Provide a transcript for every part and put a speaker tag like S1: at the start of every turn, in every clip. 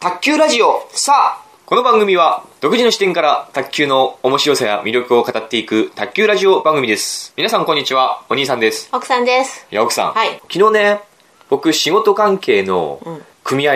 S1: 卓球ラジオさあ
S2: この番組は独自の視点から卓球の面白さや魅力を語っていく卓球ラジオ番組です。皆さんこんにちは、お兄さんです。
S3: 奥さんです
S2: いや、奥さん。
S3: はい
S2: 昨日ね、僕仕事関係
S3: う
S2: の
S3: ん
S2: 組合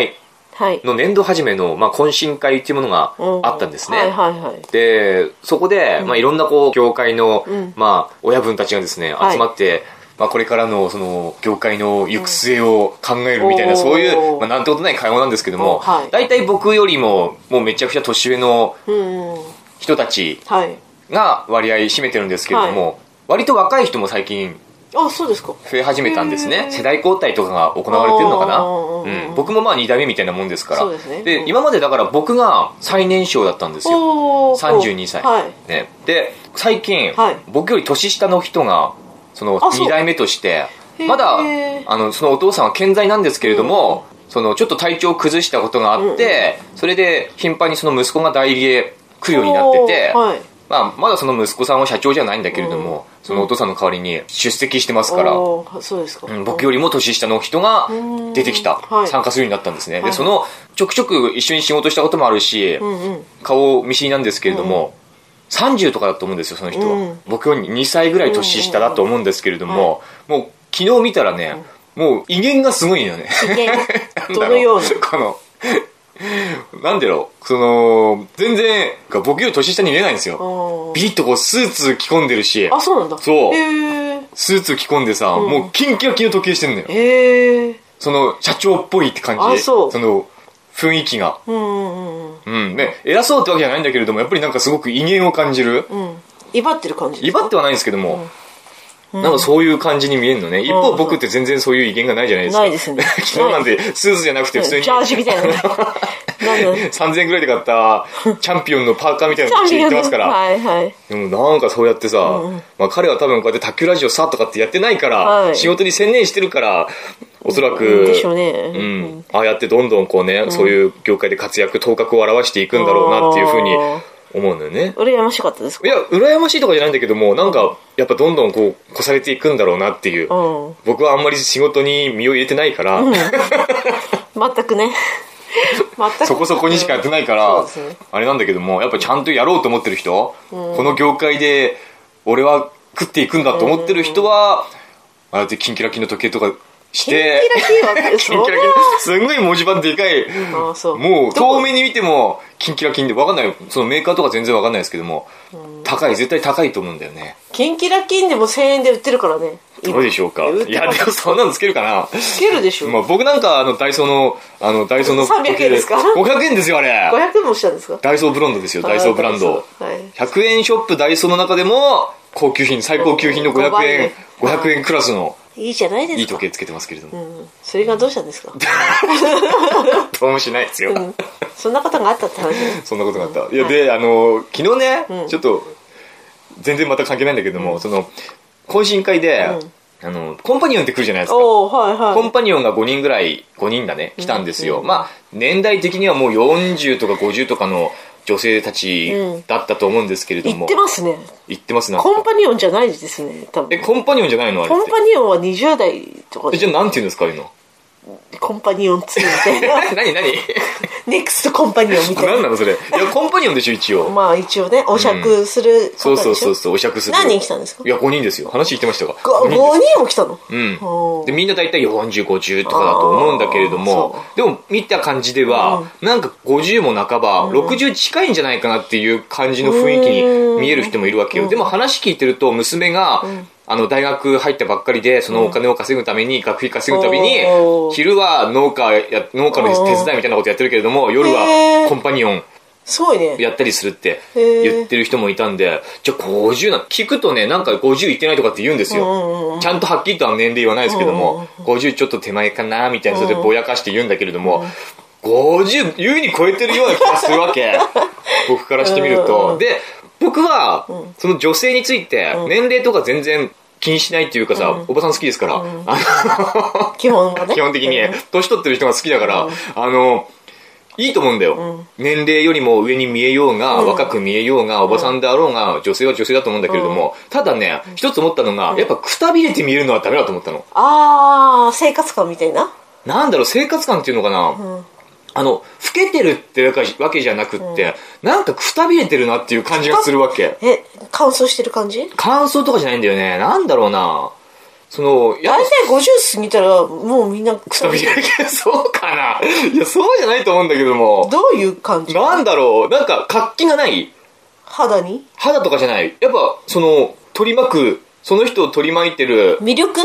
S3: はい
S2: の年度初めの、まあ、懇親会っていうものがあったんですね。
S3: はいはいはい
S2: で、そこで、まあ、いろんなこう、業界の、
S3: ん
S2: まあ、親分たちがですね、
S3: はい
S2: 集まって、まあ、これからの、その、業界の行く末を考えるみたいな、
S3: うん
S2: そういう、
S3: おー
S2: まあ、なんてことない会話なんですけども、
S3: うんはい
S2: 大体僕よりも、もうめちゃくちゃ年上の
S3: うんうん
S2: 人たち
S3: はい
S2: が割合占めてるんですけれども、割と若い人も最近
S3: あそうですか
S2: 増え始めたんですね
S3: へ。ー
S2: 世代交代とかが行われてるのかな
S3: あーうんうんうん
S2: うん僕もまあ2代目みたいなもんですから。
S3: そうですねうん
S2: 今までだから僕が最年少だったんですよ。
S3: おお
S2: 32歳、
S3: はい
S2: ね、で最近、
S3: はい
S2: 僕より年下の人がその
S3: あそう
S2: 2代目として
S3: へー
S2: まだあのそのお父さんは健在なんですけれども、そのちょっと体調を崩したことがあって、それで頻繁にその息子が代理で来るようになってて、
S3: おーはい
S2: まあ、まだその息子さんは社長じゃないんだけれども、そのお父さんの代わりに出席してますから。
S3: おーそうですか
S2: うん僕よりも年下の人が出てきた、
S3: うんはい
S2: 参加するようになったんですね、
S3: は
S2: で
S3: い
S2: そのちょくちょく一緒に仕事したこともあるし、
S3: うんうん
S2: 顔見知りなんですけれども、30とかだと思うんですよその人は、
S3: うん
S2: 僕より2歳ぐらい年下だと思うんですけれども、もう昨日見たらね、もう威厳がすごいよ ね
S3: いけん
S2: なんだろ
S3: どのような
S2: このなんだろうその全然僕より年下に見えないんですよ
S3: おー
S2: ビリッとこうスーツ着込んでるし
S3: あそうなんだ
S2: そう
S3: へー
S2: スーツ着込んでさ、
S3: ん
S2: もうキンキラキンの時計してんのよ
S3: へえ
S2: その社長っぽいって感じ
S3: あそう
S2: の雰囲気が
S3: うんうんうん
S2: うんね偉そうってわけじゃないんだけれどもやっぱりなんかすごく威厳を感じる
S3: うん威張ってる感じ
S2: 威張ってはないんですけども、
S3: ん
S2: なんかそういう感じに見えるのね。一
S3: う
S2: 方
S3: ん
S2: 僕って全然そういう威厳がないじゃないですか。
S3: ないです ね
S2: 昨日なんてスーツじゃなくて普通に
S3: ジャージみたいななんだ
S2: 3000円くらいで買ったチャンピオンのパーカーみたいなの着て行ってますから。
S3: はいはい
S2: でもなんかそうやってさ、まあ彼は多分こうやって卓球ラジオさとかってやってないから、
S3: はい
S2: 仕事に専念してるから、おそらく、
S3: でしょうね
S2: うん、ああやってどんどんこうね、そういう業界で活躍、頭角を現していくんだろうなっていうふうに思うのよね。
S3: 羨ましかったです
S2: い
S3: か
S2: や、羨ましいとかじゃないんだけども、なんか、やっぱどんどんこう、越されていくんだろうなっていう。
S3: うん
S2: 僕はあんまり仕事に身を入れてないから、
S3: 全くね全く
S2: そこそこにしかやってないから、
S3: うん そうですね
S2: あれなんだけども、やっぱちゃんとやろうと思ってる人、この業界で俺は食っていくんだと思ってる人は、ああやってキンキラキンの時計とかして、キ
S3: キ
S2: ン
S3: ンキ
S2: キ
S3: ラ
S2: ラ
S3: キ
S2: キ
S3: ン
S2: ン
S3: は
S2: すんごい文字盤でかい
S3: ああそう
S2: もう
S3: どこ
S2: 遠目に見てもキンキラキンでわかんないそのメーカーとか全然わかんないですけども高い絶対高いと思うんだよね
S3: キンキラキンでも1000円で売ってるからね
S2: どうでしょうか
S3: 売って
S2: いや
S3: ま
S2: ですもそんなのつけるかな
S3: つけるでしょ
S2: まあ僕なんかあのダイソーのあのダイソーの
S3: 300円ですか
S2: 500円ですよあれ
S3: 500円もしたんですか
S2: ダイソーブランドですよダイソーブランド
S3: あーダイ
S2: 100円ショップダイソーの中でも高級品最高級品の500円
S3: うん
S2: 500円クラスの
S3: いいじゃないですか
S2: いい時計つけてますけれども
S3: うんそれがどうしたんですか、
S2: どうもしないですよ
S3: うん、そんなことがあったって話ね
S2: そんなことがあった。いや、で、あの、昨日ね、ちょっと、全然また関係ないんだけども、その、懇親会で、あの、コンパニオンって来るじゃないですか。
S3: おおはい
S2: コン
S3: は
S2: パニオンが5人ぐらい、5人だね、来たんですよ。まあ、年代的にはもう40とか50とかの女性たち
S3: うん
S2: だったと思うんですけれど
S3: い
S2: も。
S3: 言ってますね
S2: 言ってますな。
S3: コンパニオンじゃないですね多
S2: え、
S3: 分
S2: コンパニオンじゃないのあれっ
S3: コン
S2: て。
S3: パニオンは20代とか
S2: え
S3: で
S2: じゃあ、なんて言うんですか、ああいうの。
S3: コンパニオン2みたいな
S2: 何何
S3: ネクストコンパニオンみたい
S2: 何
S3: な
S2: なのそれ。いや、コンパニオンでしょ、一応。
S3: まあ一応ねお酌する
S2: そ
S3: 方
S2: う
S3: でしょ、
S2: そうそうそう、お酌する。
S3: 何人来たんですか
S2: いや、5人ですよ。話言ってましたが。
S3: ご
S2: 五人
S3: 5
S2: です
S3: 人も来たの
S2: う
S3: お
S2: ん、
S3: ー
S2: でみんな大体4050とかだと思うんだけれどもでも見た感じでは、なんか50も半ば、60近いんじゃないかなっていう感じの雰囲気に見える人もいるわけよ、でも話聞いてると娘が、あの大学入ったばっかりでそのお金を稼ぐために、学費稼ぐために
S3: おー
S2: 昼は農家や農家の手伝いみたいなことやってるけれども夜
S3: へ
S2: は
S3: ー
S2: コンパニオン
S3: すごいね
S2: やったりするって
S3: へー
S2: 言ってる人もいたんで、じゃあ50な、聞くとね、なんか50いってないとかって言うんですよ。ちゃんとはっきりとは年齢言わないですけども、50ちょっと手前かな、みたいな、それでぼやかして言うんだけれども、50、優に超えてるような気がするわ け。僕からしてみる
S3: うんうんう
S2: と。
S3: ん
S2: で、僕は、その女性について、年齢とか全然気にしないっていうかさ、おばさん好きですから、あ
S3: 基本は ね
S2: 基本的に
S3: うん、
S2: 年取ってる人が好きだから、あの、いいと思うんだよ、年齢よりも上に見えようが、若く見えようが、おばさんであろうが、女性は女性だと思うんだけれども、ただね、一つ思ったのが、やっぱくたびれて見えるのはダメだと思ったの。
S3: ああ生活感みたいな
S2: なんだろう、生活感っていうのかな、あの、老けてるってわけじゃなくって、なんかくたびれてるなっていう感じがするわけ。
S3: え乾燥してる感じ
S2: 乾燥とかじゃないんだよね。なんだろうな。その、やっ
S3: 大
S2: ぱ
S3: 体50過ぎたらもうみんなく
S2: くた
S3: た
S2: び
S3: び
S2: れてる。そうかないや、そうじゃないと思うんだけども。
S3: どういう感じ
S2: なんだろう。なんか活気がない
S3: 肌に
S2: 肌とかじゃない。やっぱ、その、取り巻く、その人を取り巻いてる、
S3: 魅力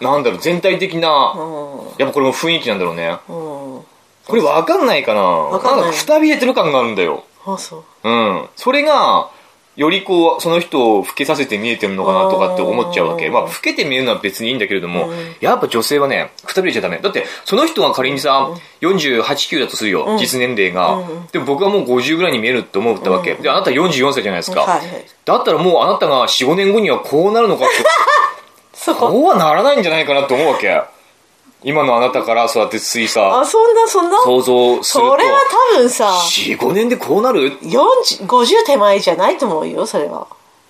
S2: なんだろう、全体的
S3: う
S2: な、
S3: ん
S2: やっぱこれも雰囲気なんだろうね。
S3: うん
S2: これわかんないかなわ
S3: かんない
S2: んかくたびれてる感があるんだよ。
S3: あそう
S2: うん。それが、よりこう、その人を老けさせて見えてるのかなとかって思っちゃうわけ。
S3: あー
S2: まあ、老けて見えるのは別にいいんだけれども、
S3: うん
S2: やっぱ女性はね、くたびれちゃダメ。だって、その人が仮にさ、48、9だとするよ、
S3: ん
S2: 実年齢が、
S3: うん
S2: でも僕はもう50ぐらいに見えるって思ったわけ。で、あなた44歳じゃないですか。
S3: はいはい
S2: だったらもうあなたが4、5年後にはこうなるのかって、
S3: そこ
S2: こうはならないんじゃないかなって思うわけ。今のあなたからそうやってついさ、
S3: あそんなそんな
S2: 想像すると
S3: そ、れは多分さ
S2: 4、5年でこうなる
S3: 40 50手前じゃないと思うよそれはも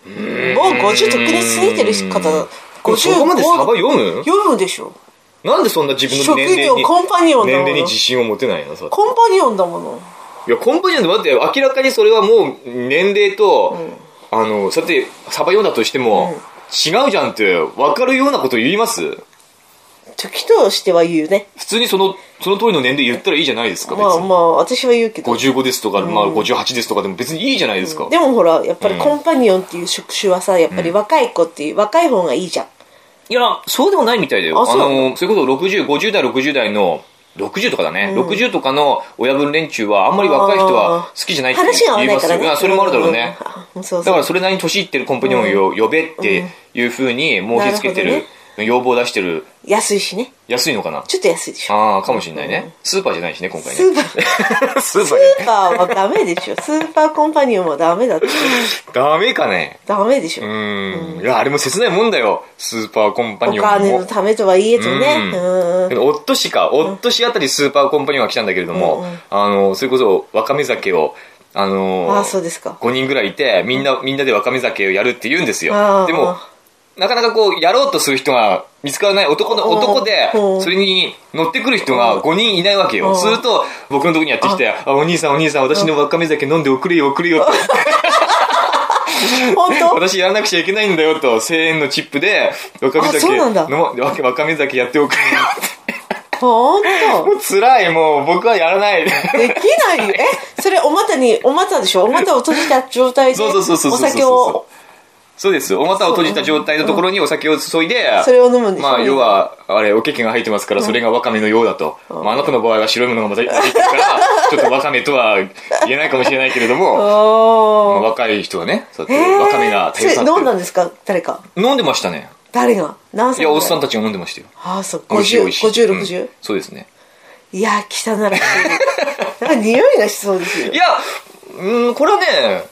S3: う50とっくに過ぎてる方
S2: これそこまでサバ
S3: 55
S2: 読む
S3: 読むでしょ
S2: なんでそんな自分の
S3: 職
S2: 年齢
S3: 業
S2: に
S3: コンパニオン
S2: 年
S3: だも
S2: 齢に
S3: の
S2: 自信を持てないなさ
S3: コンパニオンだもの
S2: いやコンパニオンで待って明らかにそれはもう年齢と、あのさてサバ読んだとしても、違うじゃんって分かるようなこと言います
S3: 時としては言うね
S2: 普通にそのその通りの年齢言ったらいいじゃないですか別
S3: まあ
S2: に、
S3: まあ私は言うけど
S2: 55ですとか、まあ、58ですとかでも別にいいじゃないですか、
S3: でもほらやっぱりコンパニオンっていう職種はさやっぱり若い子っていう若い方がいいじゃん
S2: いやそうでもないみたいだよ
S3: あそう
S2: のそういうこと6050代60代の60とかだね、60とかの親分連中はあんまり若い人は好きじゃないって
S3: 話が合わ
S2: 言い
S3: な
S2: ま
S3: い
S2: す
S3: か
S2: よ
S3: らね
S2: あそれもあるだろうね、
S3: うんそう
S2: だ
S3: そ
S2: か
S3: う
S2: らそれなりに年いってるコンパニオンを呼べっていうふうに申し付けて
S3: な
S2: る
S3: るほ、
S2: 要望出してる
S3: 安いしね
S2: 安いのかな
S3: ちょっと安いでしょ
S2: ああかもしれないね、スーパーじゃないしね今回
S3: ス
S2: ね
S3: ーパー
S2: スーパー
S3: スーパーはダメでしょスーパーコンパニオンはダメだって
S2: ダメかね
S3: ダメでしょ
S2: うーんいやあれも切ないもんだよスーパーコンパ
S3: お
S2: ニオンも
S3: 金のためとはいえとね
S2: う
S3: うん
S2: オットシか、オットシあたりスーパーコンパニオンが来たんだけれども、あの、それこそ、わかめ酒を、あの
S3: ああそうですか
S2: 5人ぐらいいて、みんな、みんなでわかめ酒をやるって言うんです
S3: あ
S2: よ。
S3: ー
S2: でも、なかなかこう、やろうとする人が見つからない男の、
S3: うん
S2: 男で、
S3: うん
S2: それに乗ってくる人が5人いないわけよ。すると、僕のとこにやってきて、あ、お兄さんお兄さん、私のわかめ酒飲んでおくれよ、おくれよって。
S3: 本 当
S2: 私やらなくちゃいけないんだよと、1000円のチップで、わかめ
S3: あそう
S2: 酒、
S3: なんだ
S2: 飲まわわかめ酒やっておくれよって。も
S3: 本
S2: う辛い、もう僕はやらない。
S3: 当できないよ えそれお股にお股でしょお股を閉じた状態で
S2: そうそうそうそうそ
S3: お
S2: うそう
S3: 酒
S2: そう
S3: を
S2: そうです。お股を閉じた状態のところにお酒を注いで、
S3: それを飲むんでしょ
S2: まあ、要は、あれ、おけけが入ってますから、それがワカメのようだと。まあ、あなたの場合は白いものが混ざ入ってるから、 ちょっとワカメとは言えないかもしれないけれども、まあ
S3: あ
S2: 若い人がね、そうやっ
S3: あ
S2: てワカメが
S3: そ
S2: 大
S3: れ
S2: 切だ
S3: 飲ん
S2: っ
S3: だんですか誰か
S2: て飲んでましたね。
S3: 誰が何
S2: い
S3: 歳
S2: や、
S3: ぐ
S2: お
S3: ら
S2: っさんたちが飲んでましたよ。
S3: ああそう
S2: 美味しい美味しい。
S3: 5060、
S2: うん
S3: 50
S2: そうですね。
S3: いやー汚らしいなんか匂いがしそうですよ
S2: いや、うん、これはね、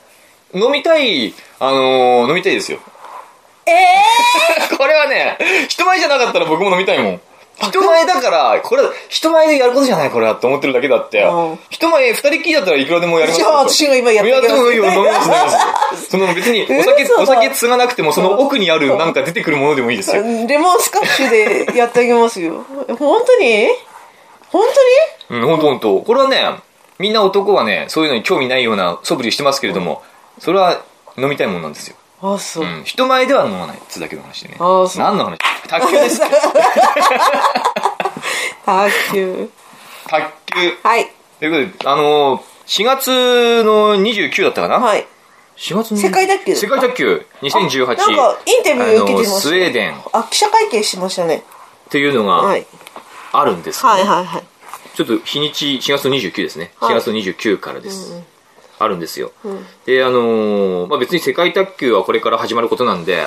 S2: 飲みたい、あのー飲みたいですよ。
S3: え え
S2: これはね、人前じゃなかったら僕も飲みたいもん。人前だから、これ、人前でやることじゃない、これはって思ってるだけだって
S3: うん。
S2: 人前、二人きりだったらいくらでもやります
S3: じゃあ私が今やって
S2: や
S3: あ
S2: っ
S3: げます
S2: いいよ、飲みます、飲みます。その別に、お酒、
S3: 嘘だ
S2: お酒継がなくても、その奥にあるなんか出てくるものでもいいですよ。
S3: レモンスカッシュでやってあげますよ。本当に本
S2: うん、ほんとほんと。これはね、みんな男はね、そういうのに興味ないような素振りしてますけれども、それは飲みたいもんなんですよ。
S3: 当にあ、そう。
S2: うん、人前では飲まないっつだけの話でね。
S3: あそう
S2: 何の話卓球です。
S3: 卓球。
S2: 卓球。
S3: はい。
S2: ということで、あのー、4月の29だったかな、
S3: はい。
S2: ?4 月の
S3: 世界卓球
S2: 世界卓球2018。
S3: なんか、インタビュー受けてました
S2: あのースウェーデンっ
S3: あ、記者会見しましたね。
S2: ていうの
S3: は
S2: が
S3: い。
S2: あるんです、ね
S3: はいはいはい。
S2: ちょっと日にち、4月の29ですね。
S3: はい
S2: 4月の29からです。あるんですよ。で、あのーまあ、別に世界卓球はこれから始まることなんで、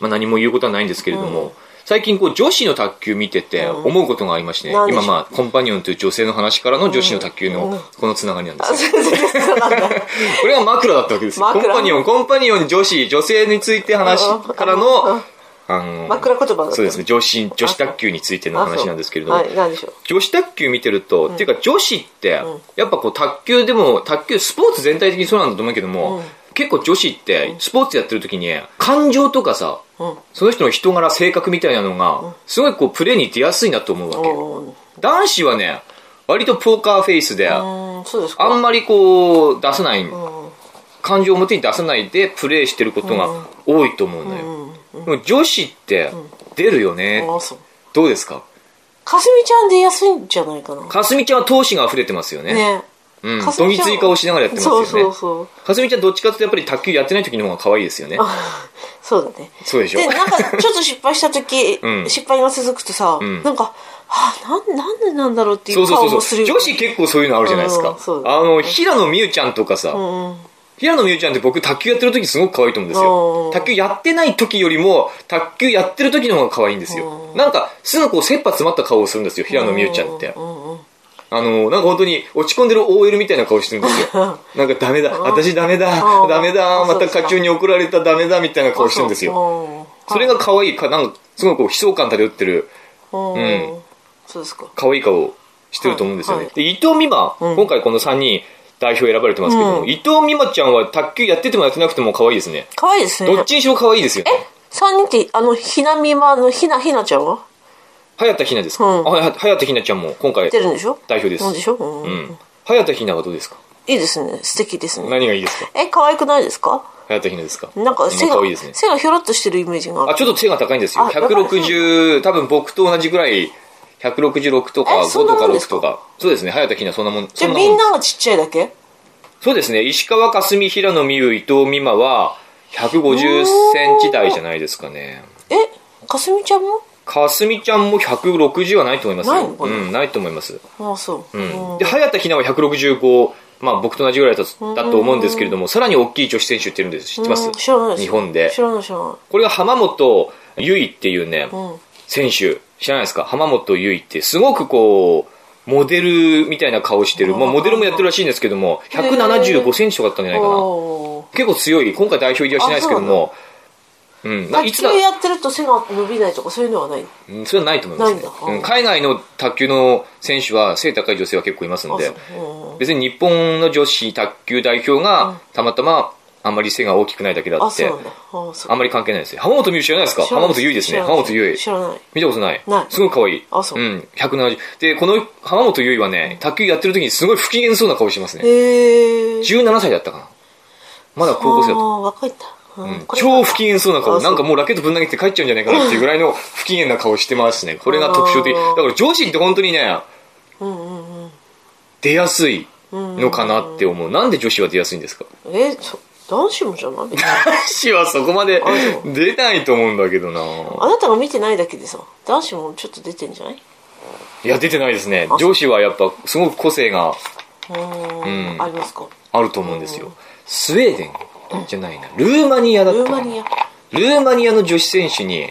S2: まあ、何も言うことはないんですけれども、最近こう女子の卓球見てて思うことがありましてね、
S3: 何でしょ
S2: 今
S3: う
S2: まあコンパニオンという女性の話からの女子の卓球のこのつながりなんですよ
S3: そうなんだ。
S2: これが枕だったわけですよ。コン
S3: 枕
S2: パニオン、コンパニオン、女子、女性について話から
S3: うんう
S2: の
S3: ん、
S2: あの、
S3: 枕言葉だった
S2: そうですね、女子、女子卓球についての
S3: あそ
S2: 話
S3: う
S2: なんですけれども、
S3: はい、なんでしょう。
S2: 女子卓球見てると、っていうか女子って、やっぱこう卓球でも、卓球、スポーツ全体的にそうなんだと思うけども、結構女子って、スポーツやってる時に、感情とかさ、
S3: ん
S2: その人の人柄、性格みたいなのが、すごいこうプレーに出やすいなと思うわけ。
S3: おー
S2: 男子はね、割とポーカーフェイスで、あ
S3: うんそうですか
S2: んまりこう、出さない、
S3: うん
S2: 感情を表に出さないでプレイしてることが多いと思うのよ。でも女子って出るよね。
S3: あそう
S2: どうですか
S3: かすみちゃんで安いんじゃないかな
S2: かすみちゃんは闘志が溢れてますよね。
S3: ね
S2: うん。
S3: かす
S2: ど
S3: み
S2: ぎ
S3: ちゃん
S2: つい顔しながらやってますよね。
S3: そうそうそう
S2: かすみちゃんどっちかっていうとやっぱり卓球やってない時の方が可愛いですよね。
S3: そうだね
S2: そうでしょ
S3: でなんかちょっと失敗した時、
S2: うん
S3: 失敗が続くとさ、
S2: ん
S3: なんかはあなんなんでなんだろうってい
S2: そううそ
S3: 顔も
S2: う
S3: す
S2: そう。
S3: る
S2: 女子結構そういうのあるじゃないです
S3: う
S2: か
S3: んそう。だ
S2: あの、平野美宇ちゃんとかさ、
S3: うん
S2: 平野美宇ちゃんって僕卓球やってる時すごく可愛いと思うんです
S3: う
S2: よ
S3: ん。
S2: 卓球やってない時よりも、卓球やってる時の方が可愛いんですよ。なんか、すぐこう、切羽詰まった顔をするんですよ、平野美宇ちゃんって。あの、なんか本当に落ち込んでる OL みたいな顔してるんですよ。なんかダメだ、私ダメ
S3: う
S2: だ、
S3: ん
S2: ダメだ、
S3: あそ
S2: ま
S3: うで
S2: た
S3: すか
S2: 課長に怒られたダメだみたいな顔してるんですよ。
S3: よ
S2: それが可愛いか、なんかすごくこう悲壮感漂ってる
S3: うん、
S2: う
S3: そうですか
S2: 可愛い顔してると思うんですよね。
S3: はい
S2: で伊藤美誠、
S3: うん
S2: 今回この3人代表選ばれてますけども、
S3: うん
S2: 伊藤美誠ちゃんは卓球やっててもやってなくても可愛いですね。
S3: 可愛いですね
S2: どっちにしろ可愛いですよね。
S3: 三人ってあのひなみまのひなひなちゃんは
S2: 早田ひなですか、
S3: うん
S2: あは早田ひなちゃんも今回
S3: 出るんでしょ
S2: 代表です。
S3: なんでしょ、うん
S2: うん。早田ひなはどうですか
S3: いいですね素敵ですね
S2: 何がいいですか
S3: え可愛くないですか
S2: 早田ひなですか
S3: なんか背
S2: 今
S3: が、
S2: 可愛いですね。
S3: 背がひょろっとしてるイメージがあ
S2: あ、
S3: る
S2: ちょっと背が高いんですよ。
S3: あ
S2: 160、多分僕と同じぐらい、166とか
S3: え
S2: 5
S3: そんな
S2: とか
S3: もんです
S2: 6
S3: か
S2: とか。そうですね。早田ひなそんなもん。
S3: じ
S2: そ
S3: ゃあ
S2: な
S3: み
S2: も
S3: ん
S2: ん
S3: ながちっちゃいだけ
S2: そうですね、石川佳純、平野美宇、伊藤美誠は、150センチ台じゃないですかね。
S3: えかすみちゃんも
S2: かすみちゃんも160はないと思いますよ。
S3: ないのかな
S2: うん、ないと思います。
S3: ああそう、
S2: うん。で、早田ひなは165、まあ僕と同じぐらいだとだと思うんですけれども、さらに大きい女子選手っているんです。知ってます
S3: うん知らないです
S2: 日本で
S3: 知。らない知らない
S2: これが浜本優衣っていうね、
S3: うん
S2: 選手、知らないですか浜本優衣って、すごくこう、モデルみたいな顔してる。まあモデルもやってるらしいんですけども、175センチとかだったんじゃないかな。
S3: おー
S2: 結構強い今回代表入りはしないですけどもうん、ない
S3: 卓
S2: つ
S3: 球
S2: だ
S3: やってると背が伸びないとかそういうのはない
S2: うんそれはないと思います、ね
S3: ないんだ
S2: うん海外の卓球の選手は背高い女性は結構いますので
S3: あそう
S2: 別に日本の女子卓球代表がたまたまあんまり背が大きくないだけだ
S3: あ
S2: っ
S3: そう
S2: て
S3: なんだあそう
S2: あんまり関係ないですよ浜本美優知らないですか浜本優衣ですね
S3: 知ら
S2: 浜
S3: ない
S2: 本優
S3: 知
S2: 衣
S3: らない
S2: 見たことない
S3: ない
S2: すごい可愛い
S3: あそうん
S2: 170でこの浜本優衣はね卓球やってる時にすごい不機嫌そうな顔してますね
S3: へえ
S2: 17歳だったかなまだ高校生だった
S3: 若いんだ、うんこれが
S2: 超不機嫌そうな顔。
S3: あそ
S2: な
S3: う
S2: んかもうラケットぶん投げて帰っちゃうんじゃないかなっていうぐらい の不機嫌な顔してますね。これが特徴的。
S3: あ
S2: だ
S3: ー
S2: から上司って本当にね、出やすいのかなって思う。なんで女子は出やすいん ですか
S3: えそ男子もじゃない
S2: 男子はそこまで
S3: あそ
S2: 出ないと思うんだけどな
S3: あなたが見てないだけでさ男子もちょっと出てんじゃない
S2: いや、出てないですね
S3: あ。そう
S2: 上司はやっぱすごく個性が
S3: うー
S2: うん
S3: んありますか
S2: あると思うんですよ。スウェーデンじゃないな。ルーマニアだっ
S3: ル
S2: た
S3: ー
S2: かな
S3: マニア
S2: ルーマニアの女子選手に、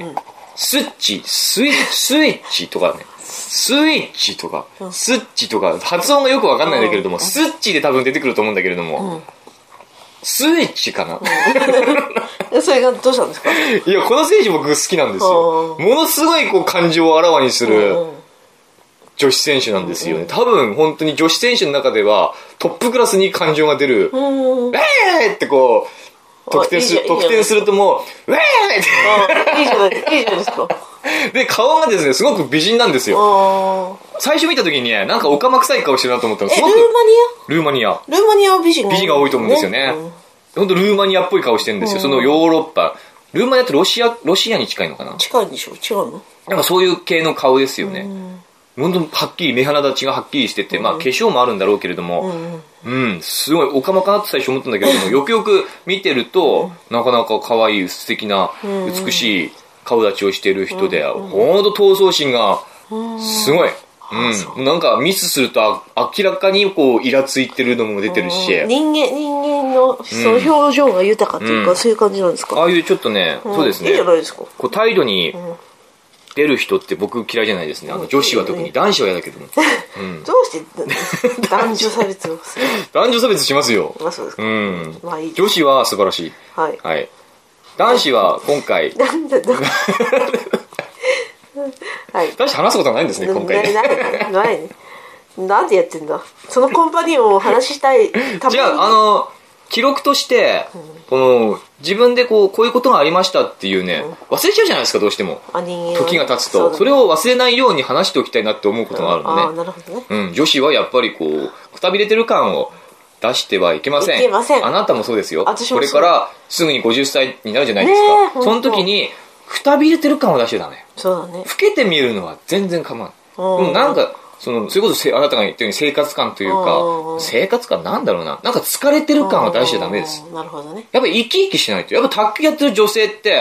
S2: スッチ、スイ、スイッチとかね、スイッチとか、スッチとか、発音がよくわかんないんだけれども、スッチで多分出てくると思うんだけれども、スイッチかな
S3: えそれがどうしたんですか
S2: いや、この選手僕好きなんですよ。
S3: う
S2: ものすごいこう感情をあらわにする
S3: うん
S2: 女子選手なんですよね。多分本当に女子選手の中ではトップクラスに感情が出る、
S3: うんうん
S2: えーってこう、得点する
S3: あいい、じゃん
S2: 得
S3: いいじゃん
S2: 点するともう、ウェーって
S3: あいいじゃないいいじゃないですか
S2: で、顔がですね、すごく美人なんですよ。
S3: あー
S2: 最初見た時にね、なんかオカマ臭い顔してるなと思ったの。
S3: え
S2: す
S3: ルー
S2: ご
S3: マニ
S2: く、ルーマニア。
S3: アルーマニアは美人が
S2: 美人が多いと思うんですよね。
S3: うん
S2: ほんとルーマニアっぽい顔してるんですよ。そのヨーロッパ。ルーマニアってロシア、ロシアに近いのかな
S3: 近いんでしょ違うの
S2: なんかそういう系の顔ですよね。ほんとはっきり、目鼻立ちがはっきりしてて、まあ化粧もあるんだろうけれども、
S3: うん
S2: うん、すごいオカマかなって最初思ったんだけれど も、よくよく見てると、なかなか可愛い、素敵な、美しい顔立ちをしてる人で、ほんと闘争心が、すごい。うん、なんかミスするとあ明らかにこうイラついてるのも出てるし、
S3: 人間人間のその表情が豊かというか、
S2: うん
S3: そういう感じなんですか
S2: ああいうちょっとね、そうですね
S3: いいじゃないですか
S2: こう態度に出る人って僕嫌いじゃないですねあの女子は特
S3: うんいい
S2: に
S3: よ
S2: 男子は嫌だけども
S3: どうして男女差別をする
S2: 男女差別しますよ
S3: あそうですか
S2: うん
S3: まあいい
S2: 女子は素晴らしい
S3: はい
S2: はい男子は今回
S3: なんでなんではい
S2: 男子話すことはないんですね今回ね
S3: なないないねなんでやってんだそのコンパニオンを話したいために
S2: じゃああの記録として、この、自分でこう、こういうことがありましたっていうね、忘れちゃうじゃないですか、どうしても。
S3: あ人間
S2: 時が経つと、それ
S3: を
S2: を忘れないように話しておきたいなって思うことがある
S3: ああー
S2: のね。
S3: なるほどね
S2: うん、女子はやっぱりこう、くたびれてる感を出してはいけません。
S3: いけません
S2: あなたもそうですよ。
S3: 私もそう
S2: これからすぐに50歳になるじゃないです
S3: ねえ
S2: か。
S3: 本当
S2: その時に、くたびれてる感を出してたね。
S3: そうだね
S2: 老けて見えるのは全然構わ
S3: う
S2: ない。でも
S3: ん
S2: なんか、その、それこそせあなたが言ったように生活感という
S3: う
S2: か、
S3: ん
S2: 生活感なんだろうな。なんか疲れてる感は出しちゃダメです
S3: あ。ーなるほどね
S2: やっぱ生き生きしないと。やっぱ卓球やってる女性って、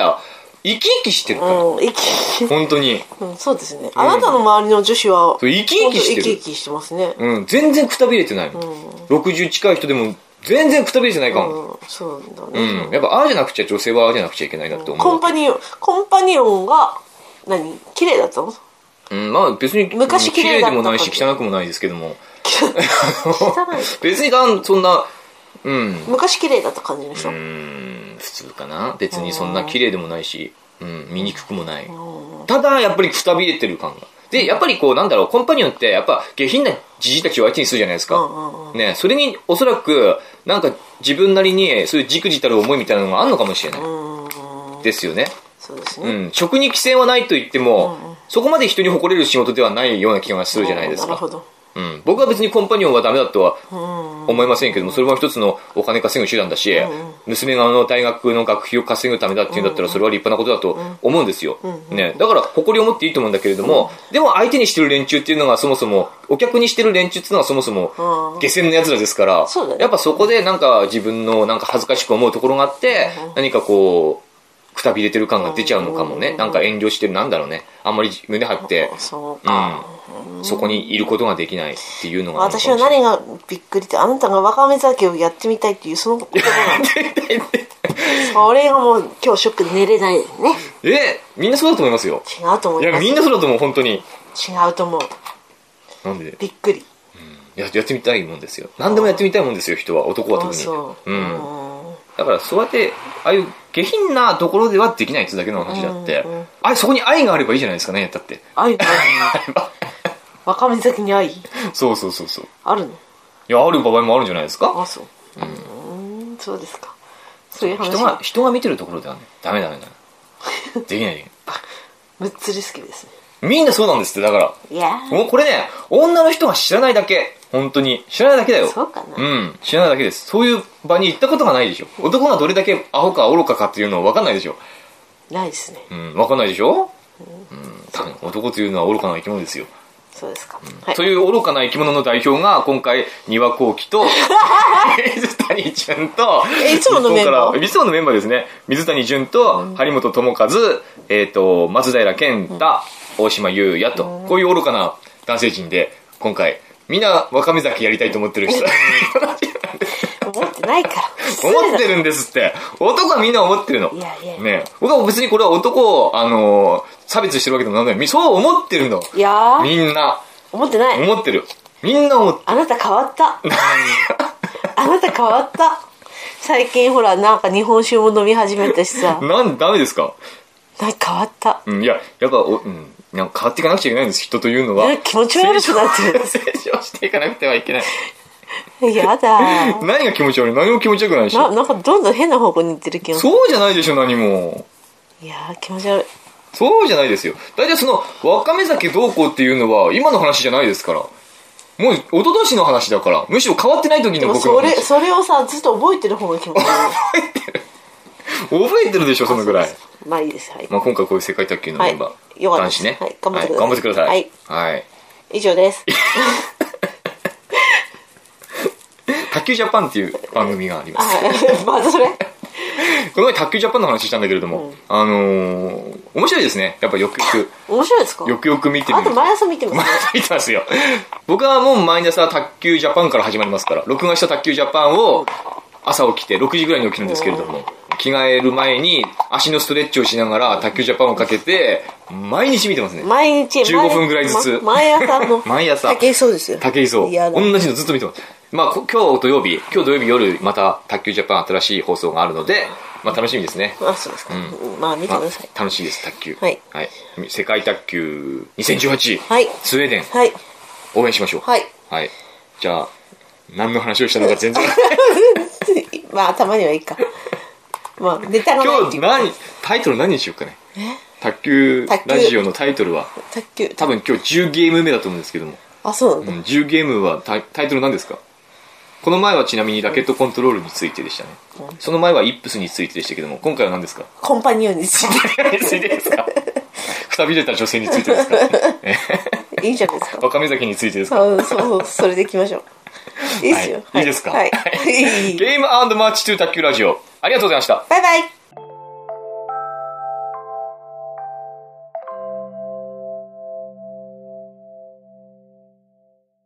S2: 生き生きしてる
S3: う
S2: から。
S3: ん生き
S2: 本当に。
S3: うんそうですねあなたの周りの女子は
S2: そう生き生きしてる
S3: 本当生き生きしてますね
S2: うん、全然くたびれてないもん。60近い人でも、全然くたびれてないか
S3: う
S2: も。
S3: んそうだ
S2: う
S3: ね
S2: ん。やっぱ、ああじゃなくちゃ、女性はああじゃなくちゃいけないなって
S3: コ
S2: 思
S3: ン
S2: う。
S3: パニオンコンパニオンが何綺麗だったの
S2: うん、まあ別に、
S3: 昔
S2: 綺
S3: 綺麗
S2: 麗
S3: だ
S2: で
S3: った
S2: もないし、汚くもないですけども。
S3: 汚い
S2: 別になん、そんな、うん、
S3: 昔綺麗だった感じの人、
S2: うん、普通かな。別にそんな綺麗でもないし、うん、醜くもない。ただ、やっぱりくたびれてる感が。で、やっぱりこう、なんだろう、コンパニオンって、やっぱ下品なじじいたちを相手にするじゃないですか。
S3: うんうんうん
S2: ね、それにおそらくなんか自分なりにそういうじくじたる思いみたいなのがあるのかもしれない、ですよね、
S3: そうです
S2: う
S3: ね、
S2: ん、職に規制はないと言っても、そこまで人に誇れる仕事ではないような気がするじゃないです
S3: なるほ
S2: か、
S3: ど
S2: うん、僕は別にコンパニオンはダメだとは思いませんけどもそれも一つのお金稼ぐ手段だし、娘があの大学の学費を稼ぐためだっていうんだったらそれは立派なことだと思うんですよ、ね、だから誇りを持っていいと思うんだけれども、でも相手にしてる連中っていうのがそもそもお客にしてる連中っていうのはそもそも
S3: うん
S2: 下船のやつらですから、
S3: そうだね
S2: やっぱそこでなんか自分のなんか恥ずかしく思うところがあって、何かこう、くたびれてる感が出ちゃうのかもね。なんか遠慮してる、なんだろうね。あんまり胸張って、
S3: そう
S2: う
S3: か、
S2: ん、そこにいることができないっていうのが
S3: 私は 何がびっくりってあなたがわかめ酒をやってみたいっていうその言葉がそれがもう今日ショックで寝れないね
S2: え、みんなそうだと思いますよ。
S3: 違うと思
S2: い
S3: い
S2: や、
S3: ます
S2: みんなそうだと思う、本当に。
S3: 違うと思う
S2: なんで
S3: びっくり
S2: や、やってみたいもんですよ。何でもやってみたいもんですよ、人は。男は
S3: あ
S2: 特に。
S3: そう、
S2: うん。だからそうやってああいう下品なところではできないってだけの話だって、
S3: うんうん
S2: あそこに愛があればいいじゃないですかねだって
S3: 愛があるわかめ酒に愛
S2: そうそうそうそう
S3: あるの
S2: いやある場合もあるんじゃないですか
S3: あそううんそうですかそういう話
S2: 人が人が見てるところではねダメダメダメできないでき ない
S3: むっつり好きですね
S2: みんなそうなんですってだから
S3: いやー
S2: もうこれね女の人が知らないだけ本当に知らないだけだよ
S3: そうかな
S2: うん知らないだけですそういう場に行ったことがないでしょ男がどれだけアホか愚かかっていうのは分かんないでしょ
S3: ないですね
S2: うん分かんないでしょうん、多分男というのは愚かな生き物ですよ
S3: そうですか、はい
S2: という愚かな生き物の代表が今回庭幸喜 と水谷淳と
S3: えいつものメン
S2: 日
S3: バー
S2: 本からいつものメンバーですね水谷淳と張本智和、えー、と松平健太、大島優也と、こういう愚かな男性陣で今回みんなわかめ酒やりたいと思ってる 人
S3: 思ってないから
S2: 思って
S3: る
S2: るんですって男はみんな思ってるの
S3: いやいや
S2: ねえ僕は別にこれは男を、あのー差別してるわけでもなんでもないそう思ってるの
S3: いやー
S2: みんな
S3: 思ってない
S2: 思ってるみんな思ってる
S3: あなた変わった。あなた変わった。最近ほら、なんか日本酒も飲み始めたしさ、
S2: なんダメですか、
S3: なんか変わった。
S2: うん、いややっぱお、うん、なんか変わっていかなくちゃいけないんです人というのは
S3: なんか気持ち悪くなってる
S2: 成長していかなくてはいけない
S3: やだ。
S2: 何が気持ち悪い何も気持ち悪くないでし
S3: な
S2: ょ
S3: なんかどんどん変な方向に行ってる気がする。
S2: そうじゃないでしょ何も
S3: いやー気持ち悪い。
S2: そうじゃないですよ大体そのわかめ酒どうこうっていうのは今の話じゃないですからもう一昨年の話だからむしろ変わってない時
S3: で
S2: の
S3: も
S2: 僕の
S3: それ、
S2: 話
S3: それをさ、ずっと覚えてる方が気持ち悪
S2: 覚えてるでしょそのぐらい
S3: い。まあいいです。はい。
S2: まあ、今回こういう世界卓球のメンバ
S3: はい
S2: ー、
S3: よかったで
S2: 男
S3: す
S2: 子ね、
S3: はい頑張ってください
S2: はい、頑張ってください、はい
S3: 以上です。
S2: 卓球ジャパンっていう番組があ ります
S3: あ、まずそれ。
S2: この前卓球ジャパンの話したんだけれども、あのー、面白いですね。やっぱよくよ
S3: 面白いですか
S2: く、よくよく見てみ
S3: あ
S2: る
S3: と。毎朝見てます、ね
S2: 毎。朝見てますよ。僕はもう毎朝卓球ジャパンから始まりますから、録画した卓球ジャパンを朝起きて、6時ぐらいに起きるんですけれども、着替える前に足のストレッチをしながら卓球ジャパンをかけて、毎日見てますね。
S3: 毎日、
S2: 15分ぐらいずつ
S3: ま毎朝の。
S2: 毎朝
S3: 竹井そうですよ。
S2: 竹井壮
S3: 嫌だ
S2: 同じのずっと見てますまあこ今日土曜日今日土曜日夜また卓球ジャパン新しい放送があるのでまあ楽しみですね
S3: あ、そうですか。まあ見てください。
S2: まあ楽しいです卓球
S3: はい
S2: 世界卓球2018、
S3: はい
S2: スウェーデン
S3: はい。
S2: 応援しましょう
S3: はい、
S2: じゃあ何の話をしたのか全然
S3: つい まあ、たまにはいいか。まあ、ネタがない
S2: 今
S3: っ
S2: 日
S3: ていう
S2: 何タイトル何にしようかね卓球
S3: 卓球
S2: ラジオのタイトルは
S3: 卓球。
S2: 多分今日10ゲーム目だと思うんですけども、
S3: あ、そうなん
S2: う
S3: だ。
S2: ん、10ゲームはタタイトル何ですかこの前はちなみにラケットコントロールについてでしたね、その前はイップスについてでしたけども今回は何ですか
S3: コンパニオンについ
S2: 何についてですかくたびれた女性についてですかえ
S3: て。いいんじゃないですか。
S2: わかめ酒についてですか
S3: あそうそう、それでいきましょう。いいですよ。
S2: はいいいですか
S3: はい。いいいい
S2: ゲームマッチ2卓球ラジオありがとうございました
S3: バイバイ。